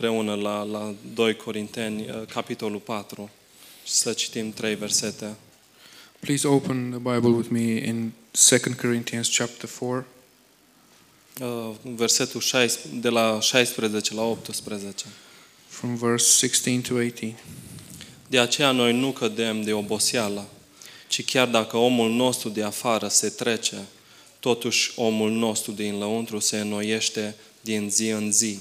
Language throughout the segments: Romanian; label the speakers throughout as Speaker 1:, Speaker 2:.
Speaker 1: împreună la, la 2 Corinteni, uh, capitolul 4, și să citim trei versete.
Speaker 2: Please open the Bible with me in 2 Corinthians chapter 4,
Speaker 1: Uh, Versetul 16, de la 16 la 18.
Speaker 2: from verse 16 to 18.
Speaker 1: De aceea noi nu cădem de oboseală, ci chiar dacă omul nostru de afară se trece, totuși omul nostru din lăuntru se înnoiește din zi în zi.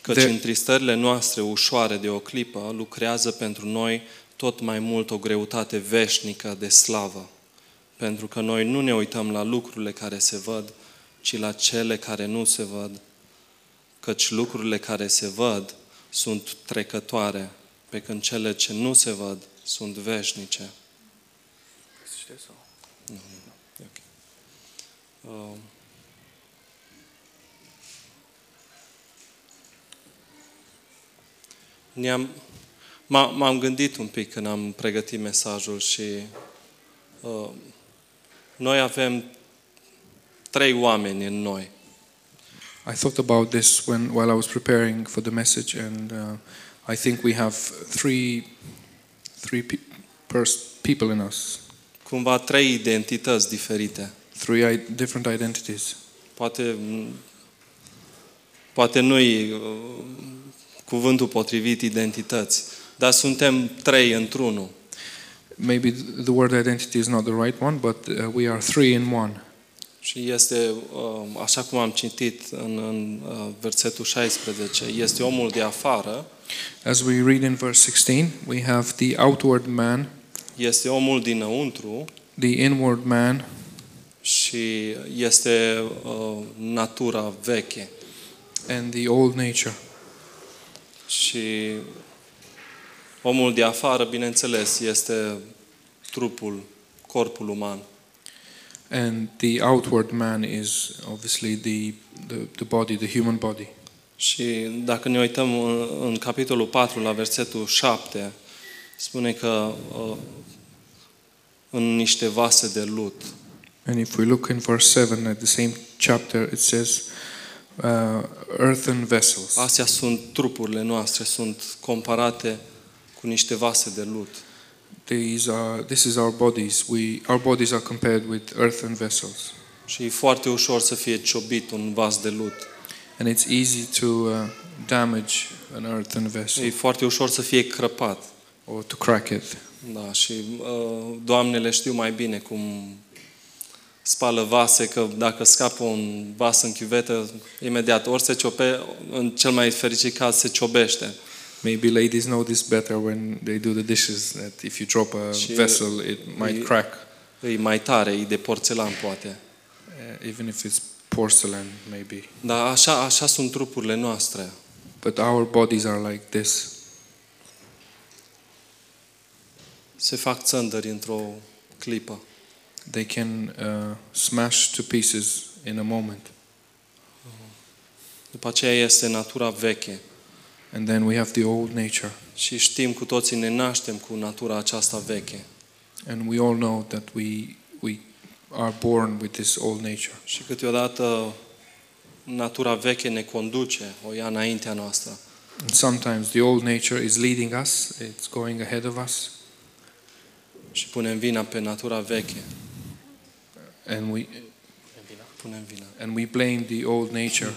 Speaker 1: Căci
Speaker 2: De-
Speaker 1: de... întristările noastre ușoare de o clipă lucrează pentru noi tot mai mult o greutate veșnică de slavă, pentru că noi nu ne uităm la lucrurile care se văd, ci la cele care nu se văd, căci lucrurile care se văd sunt trecătoare, pe când cele ce nu se văd sunt veșnice. Um, Ne-am, m-a- m-am gândit un pic când am pregătit mesajul și uh, noi avem trei oameni în noi.
Speaker 2: I thought about this when while I was preparing for the message, and uh, I think we have three, three pe- pers- people in us,
Speaker 1: Cumva trei identități diferite.
Speaker 2: three I- different identities.
Speaker 1: Poate, m, poate nu-i uh, cuvântul potrivit identități, dar suntem trei într-unul.
Speaker 2: Maybe th- the word identity is not the right one, but uh, we are three in one.
Speaker 1: Și este, uh, așa cum am citit în, în uh, versetul 16, este omul de afară,
Speaker 2: As we read in verse 16, we have the outward man,
Speaker 1: este omul dinăuntru
Speaker 2: the inward man,
Speaker 1: și este uh, natura veche.
Speaker 2: and the old nature.
Speaker 1: Și omul de afară, bineînțeles, este trupul, corpul uman.
Speaker 2: And the outward man is obviously the, the, the body, the human body.
Speaker 1: Și dacă ne uităm în, în capitolul 4, la versetul 7, spune că uh, în niște vase de lut,
Speaker 2: And if we look in verse 7 at the same chapter, it says, uh, earthen vessels.
Speaker 1: Astea sunt trupurile noastre, sunt comparate cu niște vase de lut.
Speaker 2: These are, this is our bodies. We, our bodies are compared with earthen vessels.
Speaker 1: Și e foarte ușor să fie ciobit un vas de lut.
Speaker 2: And it's easy to uh, damage an earthen
Speaker 1: E
Speaker 2: vessel
Speaker 1: foarte ușor să fie crăpat.
Speaker 2: or to crack it.
Speaker 1: Da, și uh, doamnele știu mai bine cum spală vase, că dacă scapă un vas în chiuvetă, imediat ori se ciope, în cel mai fericit caz se ciobește.
Speaker 2: Maybe ladies know this better when they do the dishes, that if you drop a
Speaker 1: She-
Speaker 2: vessel, it might
Speaker 1: we-
Speaker 2: crack,
Speaker 1: E mai tare, e de porțelan poate.
Speaker 2: uh, even if it's porcelain, maybe.
Speaker 1: Dar așa, așa sunt trupurile noastre.
Speaker 2: But our bodies are like this.
Speaker 1: Se fac țăndări într-o clipă.
Speaker 2: They can uh, smash to pieces in a moment.
Speaker 1: După aceea este natura veche.
Speaker 2: And then we have the old nature.
Speaker 1: Și știm cu toții, ne naștem cu natura aceasta veche.
Speaker 2: And we all know that we, we are born with this old nature.
Speaker 1: Și câteodată natura veche ne conduce, o ia înaintea noastră.
Speaker 2: And sometimes the old nature is leading us, it's going ahead of us,
Speaker 1: Și punem vina pe natura veche.
Speaker 2: and we,
Speaker 1: Punem vina.
Speaker 2: and we blame the old nature.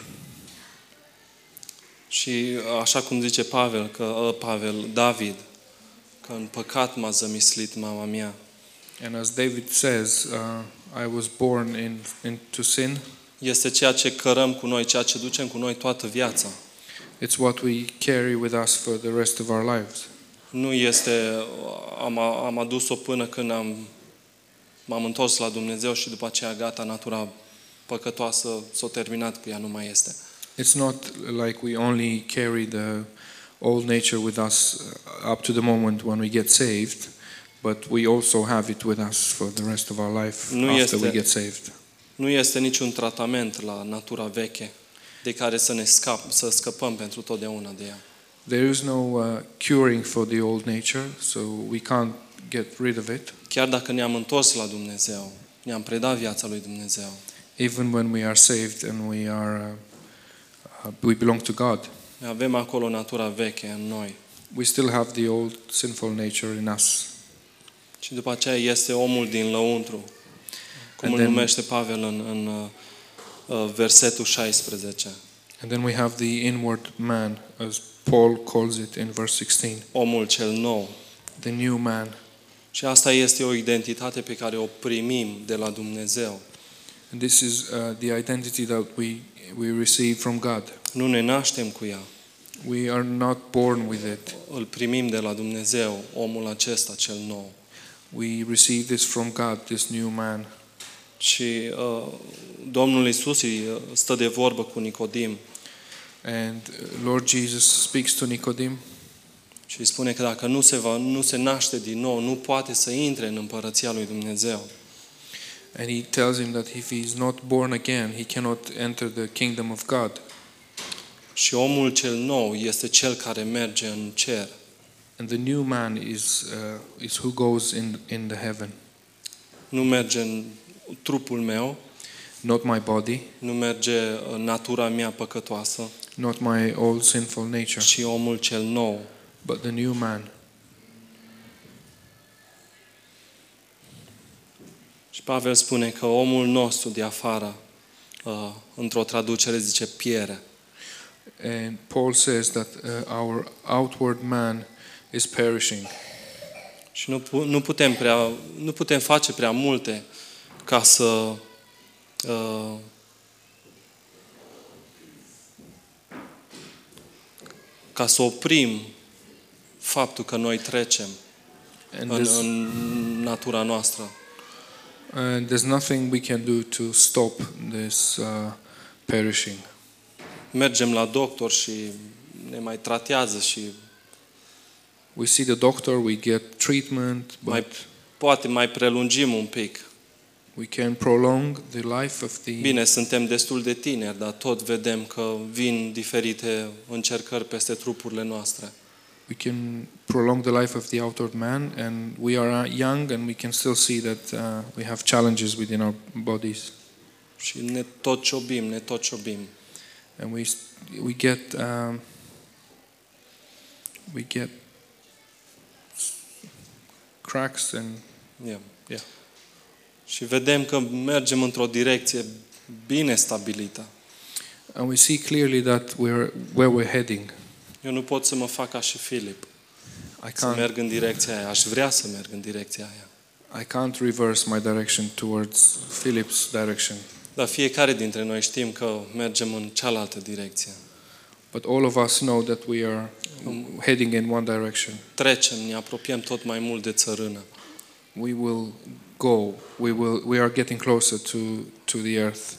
Speaker 1: Și uh, așa cum zice Pavel, că ă, Pavel, David, că în păcat m-a zămislit mama mea.
Speaker 2: And as David says, uh, I was born in, into sin.
Speaker 1: Este ceea ce cărăm cu noi, ceea ce ducem cu noi toată viața.
Speaker 2: It's what we carry with us for the rest of our lives.
Speaker 1: Nu este, uh, am, am adus-o până când am, m-am întors la Dumnezeu și după aceea gata, natura păcătoasă s-a terminat cu ea, nu mai este.
Speaker 2: It's not like we only carry the old nature with us uh, up to the moment when we get saved, but we also have it with us for the rest of our life
Speaker 1: Nu
Speaker 2: after
Speaker 1: este-
Speaker 2: we get saved.
Speaker 1: Nu este niciun tratament la natura veche de care să ne scap, să scăpăm pentru totdeauna de ea.
Speaker 2: There is no uh, curing for the old nature, so we can't get rid of it.
Speaker 1: Chiar dacă ne-am întors la Dumnezeu, ne-am predat viața lui Dumnezeu,
Speaker 2: Even when we are saved and we are uh, uh, we belong to God,
Speaker 1: Avem acolo natura veche în noi.
Speaker 2: We still have the old sinful nature in us.
Speaker 1: Și după aceea este omul din lăuntru, cum
Speaker 2: And
Speaker 1: îl
Speaker 2: then-
Speaker 1: numește Pavel în, în uh, uh, versetul 16.
Speaker 2: And then we have the inward man, as Paul calls it in verse 16,
Speaker 1: Omul cel nou.
Speaker 2: the new man.
Speaker 1: Și asta este o identitate pe care o primim de la Dumnezeu.
Speaker 2: And this is uh, the identity that we, we receive from God.
Speaker 1: Nu ne naștem cu ea,
Speaker 2: We are not born with it.
Speaker 1: îl primim de la Dumnezeu, omul acesta cel nou.
Speaker 2: We receive this from God, this new man.
Speaker 1: Și uh, Domnul Isus îi uh, stă de vorbă cu Nicodim
Speaker 2: And uh, Lord Jesus speaks to Nicodemus
Speaker 1: și îi spune că dacă nu se, va, nu se naște din nou, nu poate să intre în împărăția lui Dumnezeu.
Speaker 2: and he tells him that if he is not born again, he cannot enter the kingdom of God.
Speaker 1: Și omul cel nou este cel care merge în cer.
Speaker 2: And the new man is, uh, is who goes in, in the heaven,
Speaker 1: Nu merge în trupul meu,
Speaker 2: not my body,
Speaker 1: nu merge uh, natura mea păcătoasă,
Speaker 2: not my old sinful nature,
Speaker 1: ci omul cel nou.
Speaker 2: but the new man.
Speaker 1: Și Pavel spune că omul nostru de afară, uh, într-o traducere zice piere.
Speaker 2: And Paul says that uh, our outward man is perishing.
Speaker 1: Și nu, pu- nu, putem prea, nu putem face prea multe ca să uh, ca să oprim faptul că noi trecem
Speaker 2: And
Speaker 1: în,
Speaker 2: there's,
Speaker 1: în natura noastră.
Speaker 2: and there's nothing we can do to stop this uh, perishing.
Speaker 1: Mergem la doctor și ne mai tratează și
Speaker 2: We see the doctor, we get treatment,
Speaker 1: My-
Speaker 2: but
Speaker 1: poate mai prelungim un pic.
Speaker 2: we can prolong the life of the
Speaker 1: Bine, suntem destul de tineri, dar tot vedem că vin diferite încercări peste trupurile noastre.
Speaker 2: we can prolong the life of the outward man and we are uh, young and we can still see that uh, we have challenges within our bodies
Speaker 1: Și ne tot ciobim, ne tot ciobim.
Speaker 2: and we s- we get um, we get cracks and
Speaker 1: Yeah.
Speaker 2: Yeah.
Speaker 1: Și vedem că mergem într-o direcție bine stabilită.
Speaker 2: and we see clearly that we're where we're heading
Speaker 1: Eu nu pot să mă fac ca și Filip,
Speaker 2: i
Speaker 1: să
Speaker 2: can't
Speaker 1: merg în direcția aia. Aș vrea să merg în direcția aia.
Speaker 2: i can't reverse my direction towards philip's direction
Speaker 1: Dar fiecare dintre noi știm că mergem în cealaltă direcție.
Speaker 2: but all of us know that we are heading in one direction
Speaker 1: Trecem, ne apropiem tot mai mult de țărână.
Speaker 2: we will go we will we are getting closer to to the earth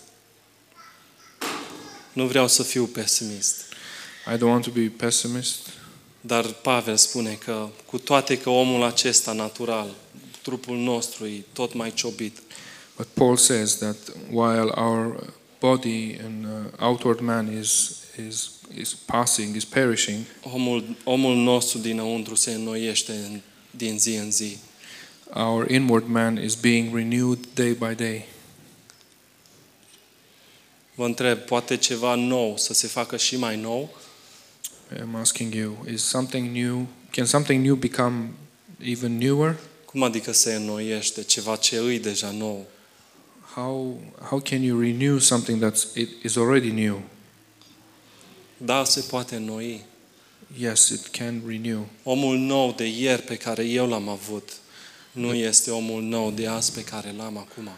Speaker 1: Nu vreau să fiu pesimist,
Speaker 2: i don't want to be pessimist
Speaker 1: dar Pavel spune că cu toate că omul acesta natural, trupul nostru e tot mai ciobit,
Speaker 2: but paul says that while our body and uh, outward man is is is passing is perishing
Speaker 1: omul, omul nostru dinăuntru se înnoiește în- din zi în zi.
Speaker 2: our inward man is being renewed day by day
Speaker 1: Vă întreb, poate ceva nou să se facă și mai nou?
Speaker 2: i'm asking you is something new can something new become even newer
Speaker 1: Cum adică se înnoiește ceva ce îi deja nou?
Speaker 2: how how can you renew something that's it is already new
Speaker 1: Da, se poate înnoi.
Speaker 2: yes it can renew
Speaker 1: Omul nou de ieri pe care eu l-am avut nu este omul nou de azi pe care l-am acum.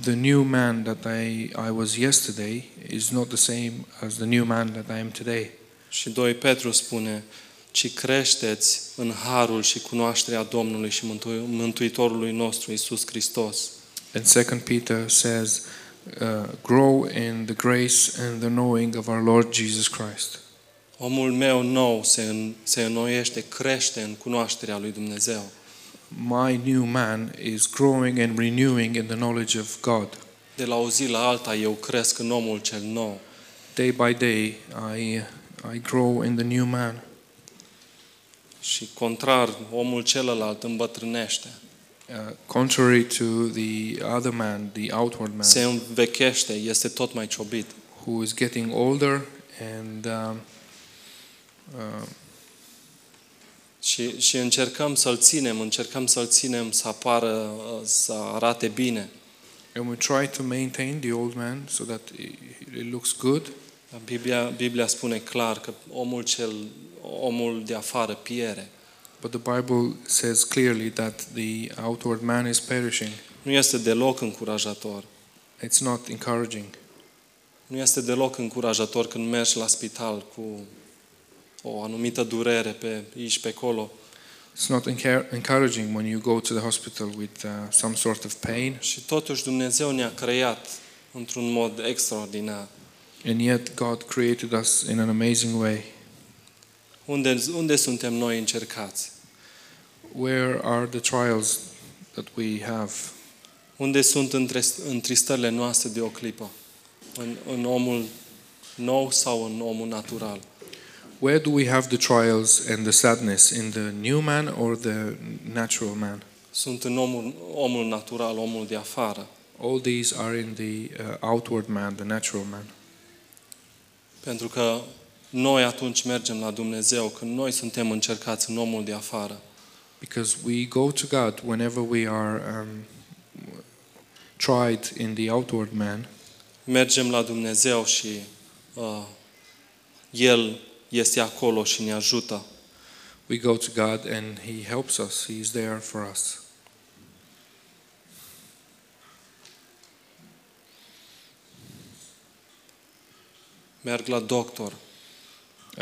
Speaker 2: the new man that I, I was yesterday is not the same as the new man that I am today.
Speaker 1: Și 2 Petru spune, ci creșteți în harul și cunoașterea Domnului și Mântu- Mântuitorului nostru, Isus Hristos.
Speaker 2: And Second Peter says, uh, "Grow in the grace and the knowing of our Lord Jesus Christ."
Speaker 1: Omul meu nou se, în, se înnoiește, crește în cunoașterea lui Dumnezeu.
Speaker 2: My new man is growing and renewing in the knowledge of God.
Speaker 1: De la o zi la alta eu cresc în omul cel nou.
Speaker 2: Day by day, I I grow in the new man,
Speaker 1: Și contrar, omul celălalt îmbătrânește,
Speaker 2: uh, contrary to the other man, the outward man,
Speaker 1: se învechește, este tot mai ciobit.
Speaker 2: who is getting older and um, uh,
Speaker 1: Și, și încercăm să-l ținem, încercăm să-l ținem să apară, uh, să arate bine.
Speaker 2: and we try to maintain the old man so that it, it looks good.
Speaker 1: Dar Biblia, Biblia spune clar că omul, cel, omul de afară piere.
Speaker 2: But the Bible says clearly that the outward man is perishing.
Speaker 1: Nu este deloc încurajator.
Speaker 2: It's not encouraging.
Speaker 1: Nu este deloc încurajator când mergi la spital cu o anumită durere pe aici, pe acolo
Speaker 2: It's not encar- encouraging when you go to the hospital with uh, some sort of pain,
Speaker 1: și totuși Dumnezeu ne-a creat într-un mod extraordinar.
Speaker 2: and yet God created us in an amazing way.
Speaker 1: Unde, unde suntem noi încercați?
Speaker 2: Where are the trials that we have?
Speaker 1: Unde sunt între, întristările noastre de o clipă? În, în omul nou sau în omul natural?
Speaker 2: Where do we have the trials and the sadness? In the new man or the natural man?
Speaker 1: Sunt în omul, omul natural, omul de afară.
Speaker 2: All these are in the uh, outward man, the natural man.
Speaker 1: Pentru că noi atunci mergem la Dumnezeu când noi suntem încercați în omul de afară.
Speaker 2: Because we go to God whenever we are um, tried in the outward man.
Speaker 1: Mergem la Dumnezeu și uh, El este acolo și ne ajută.
Speaker 2: We go to God and He helps us, He is there for us.
Speaker 1: Merg la doctor,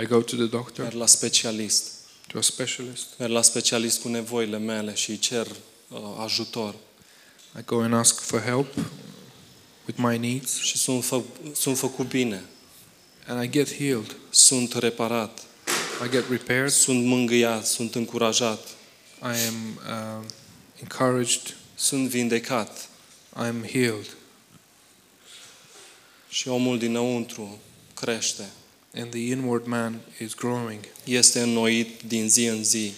Speaker 2: I go to the doctor,
Speaker 1: merg la specialist,
Speaker 2: to a specialist.
Speaker 1: merg la specialist cu nevoile mele și îi cer uh, ajutor.
Speaker 2: I go and ask for help with my needs,
Speaker 1: Și sunt, fă, sunt făcut bine,
Speaker 2: and I get healed.
Speaker 1: sunt reparat,
Speaker 2: I get repaired.
Speaker 1: sunt mângâiat, sunt încurajat,
Speaker 2: I am um, encouraged.
Speaker 1: sunt vindecat.
Speaker 2: I am healed.
Speaker 1: Și omul dinăuntru crește,
Speaker 2: And the inward man is growing,
Speaker 1: este înnoit din zi în zi.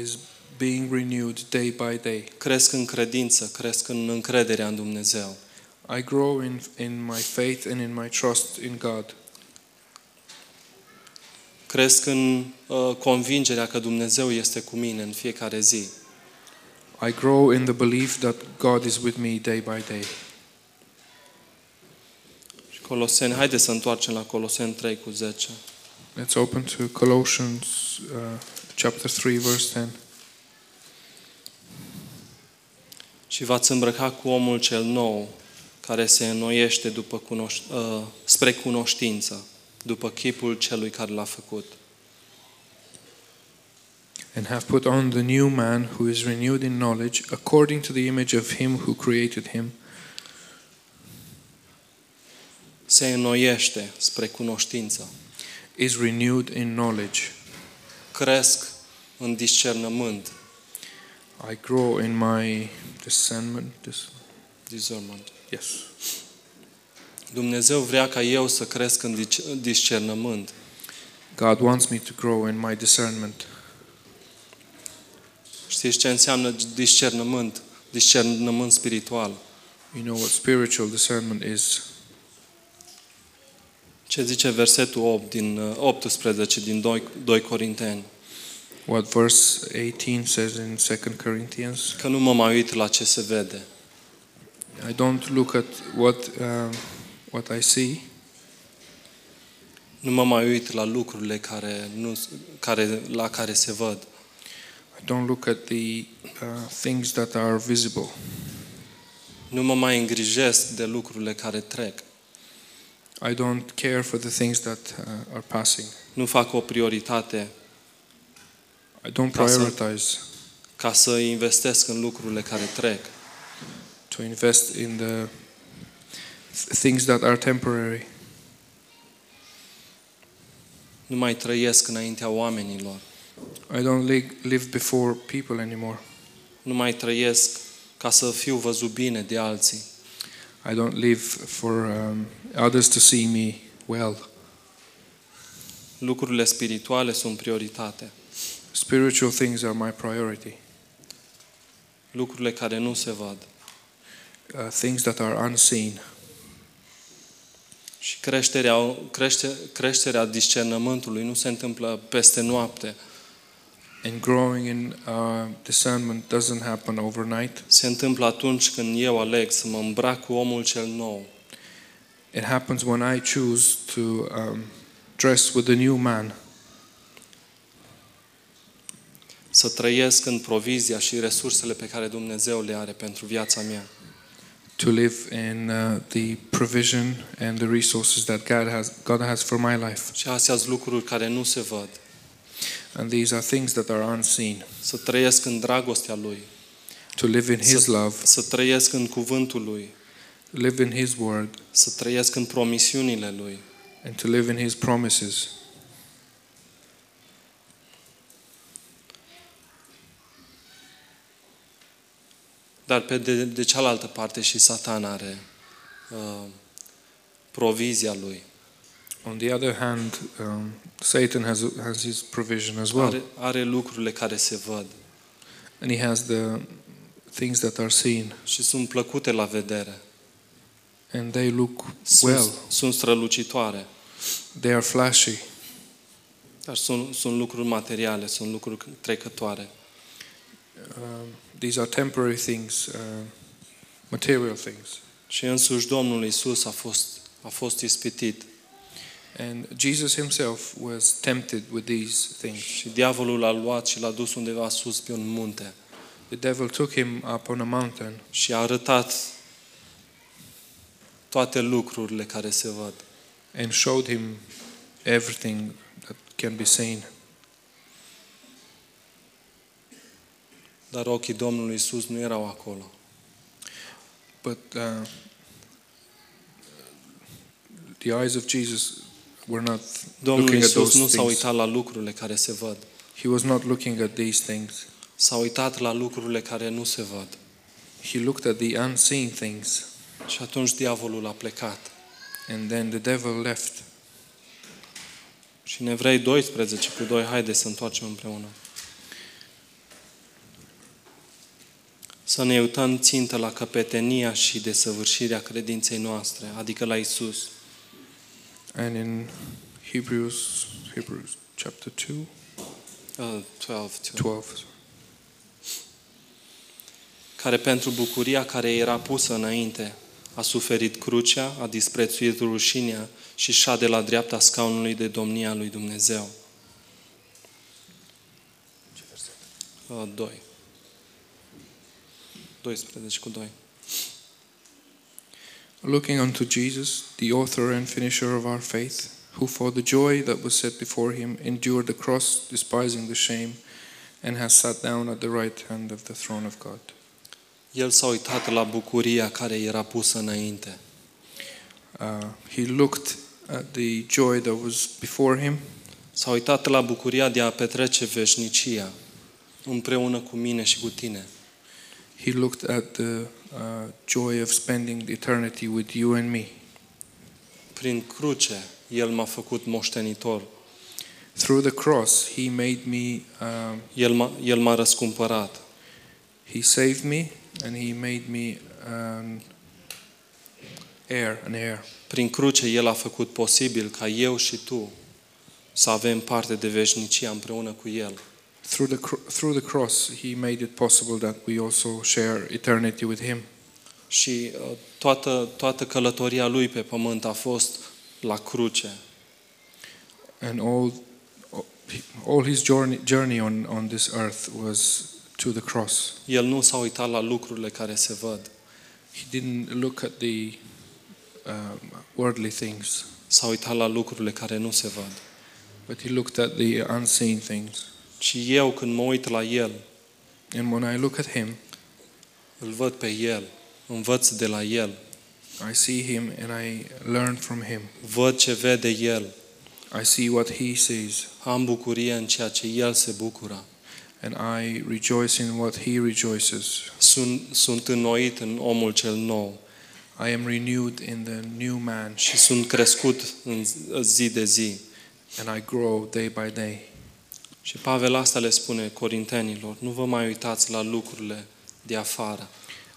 Speaker 2: is being renewed day by day.
Speaker 1: Cresc în credință, cresc în încrederea în Dumnezeu.
Speaker 2: I grow in, in my faith and in my trust in God.
Speaker 1: Cresc în uh, convingerea că Dumnezeu este cu mine în fiecare zi.
Speaker 2: I grow in the belief that God is with me day by day.
Speaker 1: Și Coloseni, haideți să întoarcem la Coloseni 3 cu 10.
Speaker 2: Let's open to Colossians uh, chapter 3, verse 10.
Speaker 1: Și v-ați îmbrăca cu omul cel nou, care se înnoiește după cunoș- uh, spre cunoștință, după chipul celui care l-a făcut.
Speaker 2: And have put on the new man who is renewed in knowledge according to the image of him who created him.
Speaker 1: Se înnoiește spre cunoștință.
Speaker 2: Is renewed in knowledge.
Speaker 1: Cresc în discernământ.
Speaker 2: I grow in my discernment. Dis-
Speaker 1: Discernment.
Speaker 2: yes.
Speaker 1: Dumnezeu vrea ca eu să cresc în dic- în discernământ.
Speaker 2: God wants me to grow in my discernment.
Speaker 1: Știți ce înseamnă discernământ? Discernământ spiritual.
Speaker 2: You know what spiritual discernment is.
Speaker 1: Ce zice versetul 8 din, uh, 18 din 2, 2 Corinteni?
Speaker 2: What verse 18 says in 2 Corinthians.
Speaker 1: Că nu mă mai uit la ce se vede,
Speaker 2: I don't look at what um, what I see.
Speaker 1: nu mă mai uit la lucrurile care nu, care, la care se văd,
Speaker 2: I don't look at the uh, things that are visible.
Speaker 1: nu mă mai îngrijesc de lucrurile care trec,
Speaker 2: I don't care for the things that uh, are passing.
Speaker 1: nu fac o prioritate
Speaker 2: I don't
Speaker 1: That's it.
Speaker 2: prioritize
Speaker 1: ca să investesc în lucrurile care trec.
Speaker 2: to invest in the th- things that are temporary.
Speaker 1: Nu mai trăiesc înaintea oamenilor.
Speaker 2: I don't li- live before people anymore.
Speaker 1: Nu mai trăiesc ca să fiu văzut bine de alții.
Speaker 2: I don't live for um, others to see me well.
Speaker 1: Lucrurile spirituale sunt prioritate.
Speaker 2: Spiritual things are my priority.
Speaker 1: Lucrurile care nu se văd.
Speaker 2: Uh, things that are unseen.
Speaker 1: Și creșterea, crește, creșterea discernământului nu se întâmplă peste noapte.
Speaker 2: And growing in uh, discernment doesn't happen overnight.
Speaker 1: Se întâmplă atunci când eu aleg să mă îmbrac cu omul cel nou,
Speaker 2: It happens when I choose to um, dress with the new man,
Speaker 1: să trăiesc în provizia și resursele pe care Dumnezeu le are pentru viața mea.
Speaker 2: to live in uh, the provision and the resources that God has, God has for my life.
Speaker 1: Și astea sunt lucruri care nu se văd.
Speaker 2: And these are things that are unseen.
Speaker 1: Să trăiesc în dragostea Lui,
Speaker 2: To live in His
Speaker 1: So-
Speaker 2: love,
Speaker 1: să trăiesc în cuvântul Lui,
Speaker 2: live in His word,
Speaker 1: să trăiesc în promisiunile Lui.
Speaker 2: and to live in His promises.
Speaker 1: Dar pe de, de cealaltă parte și Satan are uh, provizia lui.
Speaker 2: On the other hand, um, Satan has, has his provision as well,
Speaker 1: Are, are lucrurile care se văd
Speaker 2: and he has the things that are seen,
Speaker 1: și sunt plăcute la vedere.
Speaker 2: and they look
Speaker 1: Sunt,
Speaker 2: well,
Speaker 1: sunt strălucitoare,
Speaker 2: they are flashy.
Speaker 1: dar sunt, sunt lucruri materiale, sunt lucruri trecătoare.
Speaker 2: Um, these are temporary things, uh, material things.
Speaker 1: Și însuși Domnul Isus a fost, a fost ispitit
Speaker 2: And Jesus himself was tempted with these things.
Speaker 1: și diavolul l-a luat și l-a dus undeva sus pe un munte
Speaker 2: The devil took him up on a mountain
Speaker 1: și a arătat toate lucrurile care se văd.
Speaker 2: and showed him everything that can be seen.
Speaker 1: Dar ochii Domnului Isus nu erau acolo.
Speaker 2: But uh, the eyes of Jesus were not
Speaker 1: Domnul
Speaker 2: looking at
Speaker 1: Iisus
Speaker 2: those
Speaker 1: nu s-a
Speaker 2: things.
Speaker 1: uitat la lucrurile care se văd.
Speaker 2: He was not looking at these things.
Speaker 1: S-a uitat la lucrurile care nu se văd.
Speaker 2: He looked at the unseen things,
Speaker 1: Și atunci diavolul a plecat.
Speaker 2: and then the devil left.
Speaker 1: Și în Evrei 12 cu 2, haide să întoarcem împreună. Să ne uităm țintă la căpetenia și desăvârșirea credinței noastre, adică la Isus.
Speaker 2: And in Hebrews, Hebrews chapter 2,
Speaker 1: Uh, 12,
Speaker 2: 12.
Speaker 1: care pentru bucuria care era pusă înainte a suferit crucea, a disprețuit rușinea și șade la dreapta scaunului de domnia lui Dumnezeu. 2. 12 cu 2.
Speaker 2: Looking unto Jesus, the author and finisher of our faith, who for the joy that was set before him endured the cross, despising the shame, and has sat down at the right hand of the throne of God.
Speaker 1: El s-a uitat la bucuria care era pusă înainte.
Speaker 2: Uh, he looked at the joy that was before him.
Speaker 1: S-a uitat la bucuria de a petrece veșnicia împreună cu mine și cu tine.
Speaker 2: He looked at the uh, joy of spending eternity with you and me.
Speaker 1: Prin cruce, El m-a făcut moștenitor.
Speaker 2: Through the cross, he made me, um,
Speaker 1: El m-a, el m-a răscumpărat.
Speaker 2: he saved me, and he made me an heir, an heir.
Speaker 1: Prin cruce El a făcut posibil ca eu și tu să avem parte de veșnicia împreună cu El.
Speaker 2: Through the, cr- through the cross, he made it possible that we also share eternity with him.
Speaker 1: Și uh, toată, toată călătoria Lui pe pământ a fost la cruce.
Speaker 2: And all, all his journey, journey on, on this earth was to the cross.
Speaker 1: El nu s-a uitat la lucrurile care se văd,
Speaker 2: He didn't look at the um, worldly things,
Speaker 1: s-a uitat la lucrurile care nu se văd.
Speaker 2: but he looked at the unseen things.
Speaker 1: Și eu când mă uit la El,
Speaker 2: And when I look at him,
Speaker 1: îl văd pe El, învăț de la El,
Speaker 2: I see him and I learn from him.
Speaker 1: văd ce vede El,
Speaker 2: I see what he sees,
Speaker 1: am bucurie în ceea ce El se bucură.
Speaker 2: and I rejoice in what he rejoices.
Speaker 1: Sunt, sunt înnoit în omul cel nou.
Speaker 2: I am renewed in the new man,
Speaker 1: și sunt crescut în zi de zi.
Speaker 2: and I grow day by day.
Speaker 1: Și Pavel asta le spune corintenilor, nu vă mai uitați la lucrurile de afară,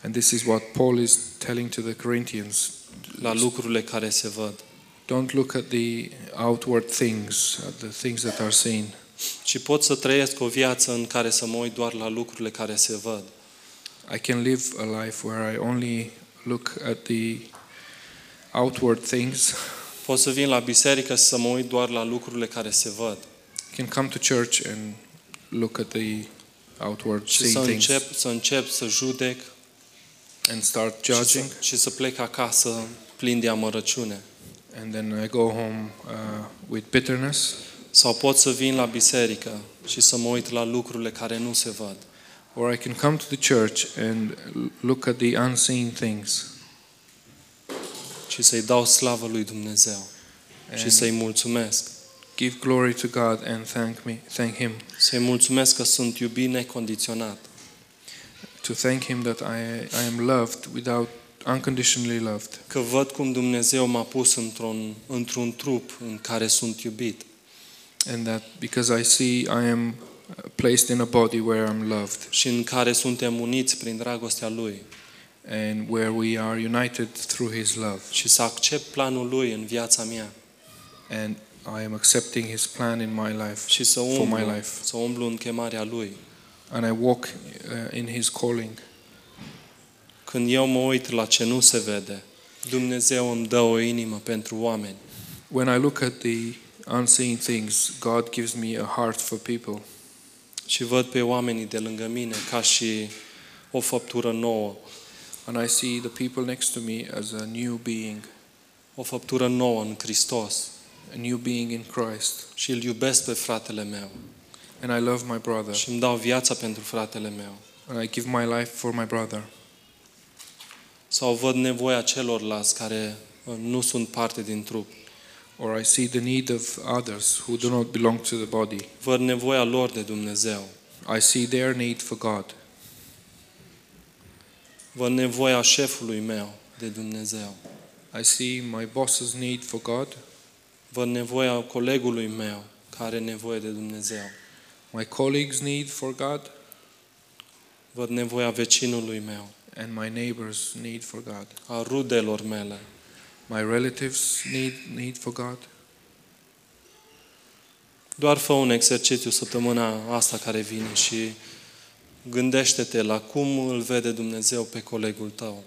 Speaker 2: And this is what Paul is telling to the Corinthians
Speaker 1: la lucrurile care se văd,
Speaker 2: Don't look at the outward things, at the things that are seen.
Speaker 1: ci pot să trăiesc o viață în care să mă uit doar la lucrurile care se văd.
Speaker 2: I can live a life where I only look at the outward things.
Speaker 1: Pot să vin la biserică și să mă uit doar la lucrurile care se văd
Speaker 2: I can come to church and look at the outward
Speaker 1: și să
Speaker 2: seeing things
Speaker 1: încep, să încep să judec
Speaker 2: and start
Speaker 1: și să,
Speaker 2: judging.
Speaker 1: și să plec acasă plin de amărăciune.
Speaker 2: And then I go home uh, with bitterness.
Speaker 1: Sau pot să vin la biserică și să mă uit la lucrurile care nu se văd.
Speaker 2: Or I can come to the church and l- look at the unseen things
Speaker 1: și să-i dau slavă lui Dumnezeu și
Speaker 2: and
Speaker 1: să-i mulțumesc.
Speaker 2: give glory to God and thank me, thank Him,
Speaker 1: Să-i mulțumesc că sunt iubit necondiționat,
Speaker 2: to thank Him that I, I am loved without unconditionally loved.
Speaker 1: că văd cum Dumnezeu m-a pus într-un, într-un trup în care sunt iubit,
Speaker 2: and that because I see I am uh, placed in a body where I'm loved
Speaker 1: și în care suntem uniți prin dragostea Lui
Speaker 2: and where we are united through His love,
Speaker 1: și să accept planul Lui în viața mea
Speaker 2: and I am accepting His plan in my life,
Speaker 1: și să
Speaker 2: for my
Speaker 1: umblu,
Speaker 2: life,
Speaker 1: să umblu în chemarea Lui.
Speaker 2: and I walk uh, in His calling.
Speaker 1: Când eu mă uit la ce nu se vede, Dumnezeu îmi dă o inimă pentru oameni.
Speaker 2: When I look at the unseen things, God gives me a heart for people,
Speaker 1: Și văd pe oamenii de lângă mine ca și o făptură nouă,
Speaker 2: and I see the people next to me as a new being,
Speaker 1: o făptură nouă în Hristos.
Speaker 2: a new being in Christ,
Speaker 1: și îl iubesc pe fratele meu
Speaker 2: and I love my brother,
Speaker 1: și îmi dau viața pentru fratele meu
Speaker 2: and I give my life for my brother.
Speaker 1: sau văd nevoia celorlalți care uh, nu sunt parte din trup.
Speaker 2: Or I see the need of others who do not belong to the body.
Speaker 1: Văd nevoia lor de Dumnezeu.
Speaker 2: I see their need for God.
Speaker 1: Văd nevoia șefului meu de Dumnezeu.
Speaker 2: I see my boss's need for God,
Speaker 1: Văd nevoia colegului meu care are nevoie de Dumnezeu.
Speaker 2: my colleague's need for God,
Speaker 1: Văd nevoia vecinului meu,
Speaker 2: and my neighbor's need for God.
Speaker 1: a rudelor mele.
Speaker 2: My relatives' need need for God.
Speaker 1: Doar fă un exercițiu săptămâna asta care vine și gândește-te la cum îl vede Dumnezeu pe colegul tău.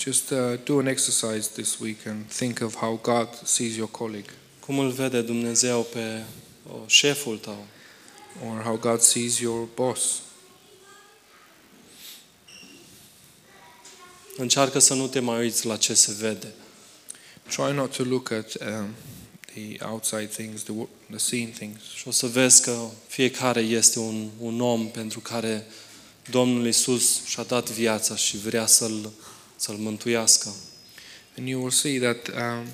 Speaker 2: Just uh, do an exercise this week and think of how God sees your colleague,
Speaker 1: Cum îl vede Dumnezeu pe o, șeful tău?
Speaker 2: or how God sees your boss.
Speaker 1: Încearcă să nu te mai uiți la ce se vede,
Speaker 2: Try not to look at um, the outside things, the wo- the seen things,
Speaker 1: și o să vezi că fiecare este un, un om pentru care Domnul Isus și-a dat viața și vrea să-l, să-l mântuiască.
Speaker 2: and you will see that. Um,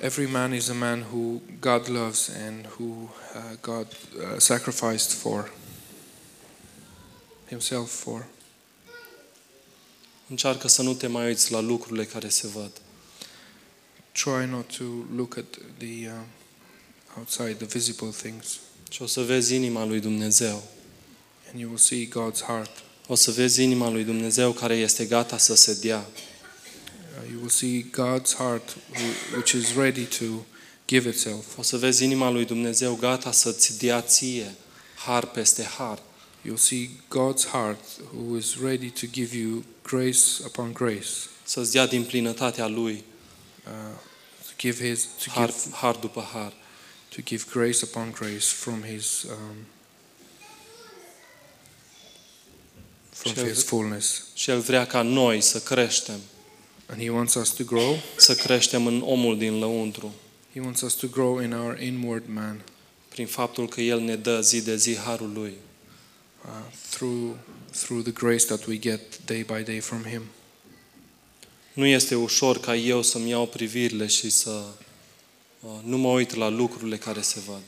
Speaker 2: Every man is a man who God loves and who uh, God uh, sacrificed for himself for.
Speaker 1: Încearcă să nu te mai uiți la lucrurile care se văd,
Speaker 2: Try not to look at the uh, outside, the visible things,
Speaker 1: și o să vezi inima lui Dumnezeu.
Speaker 2: and you will see God's heart.
Speaker 1: O să vezi inima lui Dumnezeu care este gata să se dea,
Speaker 2: Uh, you will see God's heart, who, which is ready to give itself.
Speaker 1: o să vezi inima lui Dumnezeu gata să-ți dea ție har peste har.
Speaker 2: You'll see God's heart, who is ready to give you grace upon grace,
Speaker 1: să-ți dea din plinătatea Lui
Speaker 2: uh, to give His, to
Speaker 1: har,
Speaker 2: give,
Speaker 1: har după har.
Speaker 2: to give grace upon grace from His. Um, from
Speaker 1: Shall
Speaker 2: his
Speaker 1: we-
Speaker 2: fullness.
Speaker 1: Și El vrea ca noi să creștem,
Speaker 2: And he wants us to grow.
Speaker 1: să creștem în omul din lăuntru,
Speaker 2: He wants us to grow in our inward man.
Speaker 1: prin faptul că El ne dă zi de zi harul Lui.
Speaker 2: uh, through through the grace that we get day by day from Him.
Speaker 1: Nu este ușor ca eu să-mi iau privirile și să uh, nu mă uit la lucrurile care se văd.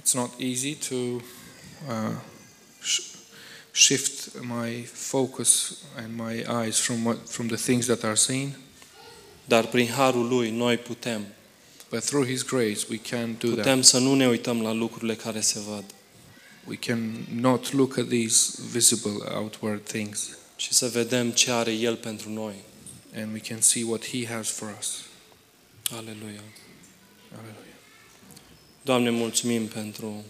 Speaker 2: It's not easy to uh, sh- shift my focus and my eyes from what from the things that are seen,
Speaker 1: Dar prin harul Lui noi putem.
Speaker 2: but through His grace we can do that.
Speaker 1: Putem să nu ne uităm la lucrurile care se văd,
Speaker 2: We can not look at these visible outward things
Speaker 1: ci să vedem ce are El pentru noi
Speaker 2: and we can see what He has for us.
Speaker 1: Aleluia.
Speaker 2: Hallelujah.
Speaker 1: Doamne, mulțumim pentru